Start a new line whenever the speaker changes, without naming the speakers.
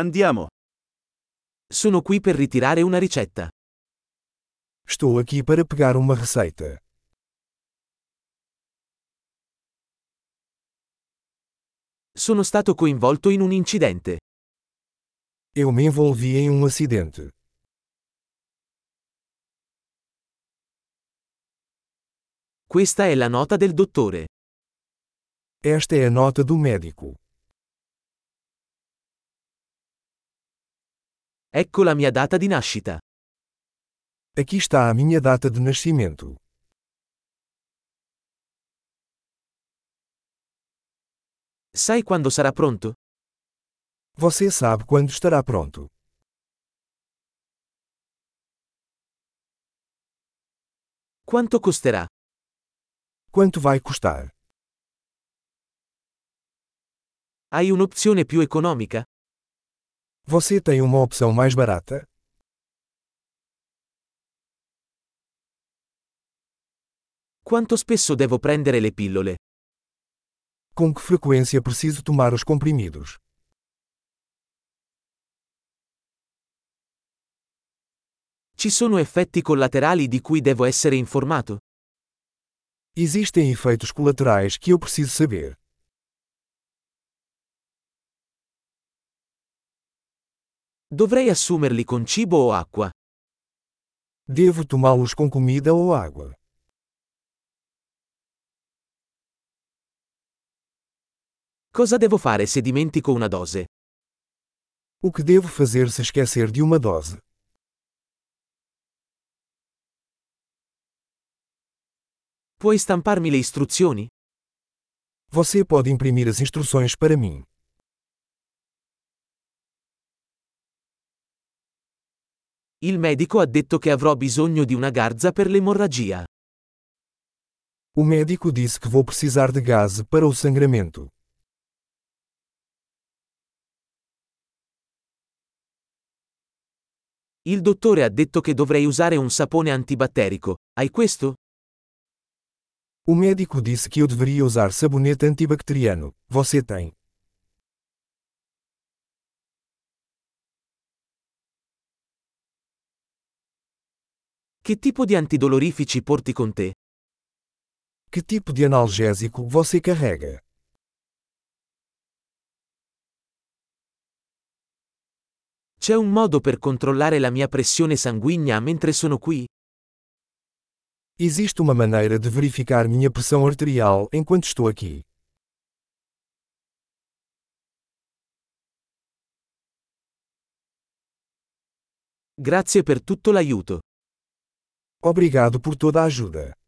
Andiamo. Sono qui per ritirare una ricetta.
Estou aqui para pegar uma receita.
Sono stato coinvolto in un incidente.
Eu me envolvi em um acidente.
Questa è la nota del dottore.
Esta é a nota do médico.
Ecco la mia data di nascita.
Aqui está a minha data de nascimento.
Sai quando sarà pronto?
Você sabe quando estará pronto.
Quanto costerà?
Quanto vai custar?
Hai un'opzione più economica?
Você tem uma opção mais barata?
Quanto spesso devo prendere le pillole?
Com que frequência preciso tomar os comprimidos?
Ci sono effetti collaterali di cui devo essere informato?
Existem efeitos colaterais que eu preciso saber.
Dovrei assumerli con cibo o acqua?
Devo tomá-los com comida ou água?
Cosa devo fare se dimentico una dose?
O que devo fazer se esquecer de uma dose?
Puoi stamparmi le istruzioni?
Você pode imprimir as instruções para mim.
Il medico ha detto che avrò bisogno di una garza per l'emorragia.
O médico disse que vou precisar de gás para o sangramento.
Il dottore ha detto che dovrei usare un sapone antibatterico. Hai questo?
O médico disse que eu deveria usar sabonete antibacteriano. Você tem?
Che tipo di antidolorifici porti con te?
Que tipo de analgésico você carrega?
C'è un modo per controllare la mia pressione sanguigna mentre sono qui?
Existe uma maneira de verificar minha pressão arterial enquanto estou aqui.
Grazie per tutto l'aiuto.
Obrigado por toda a ajuda.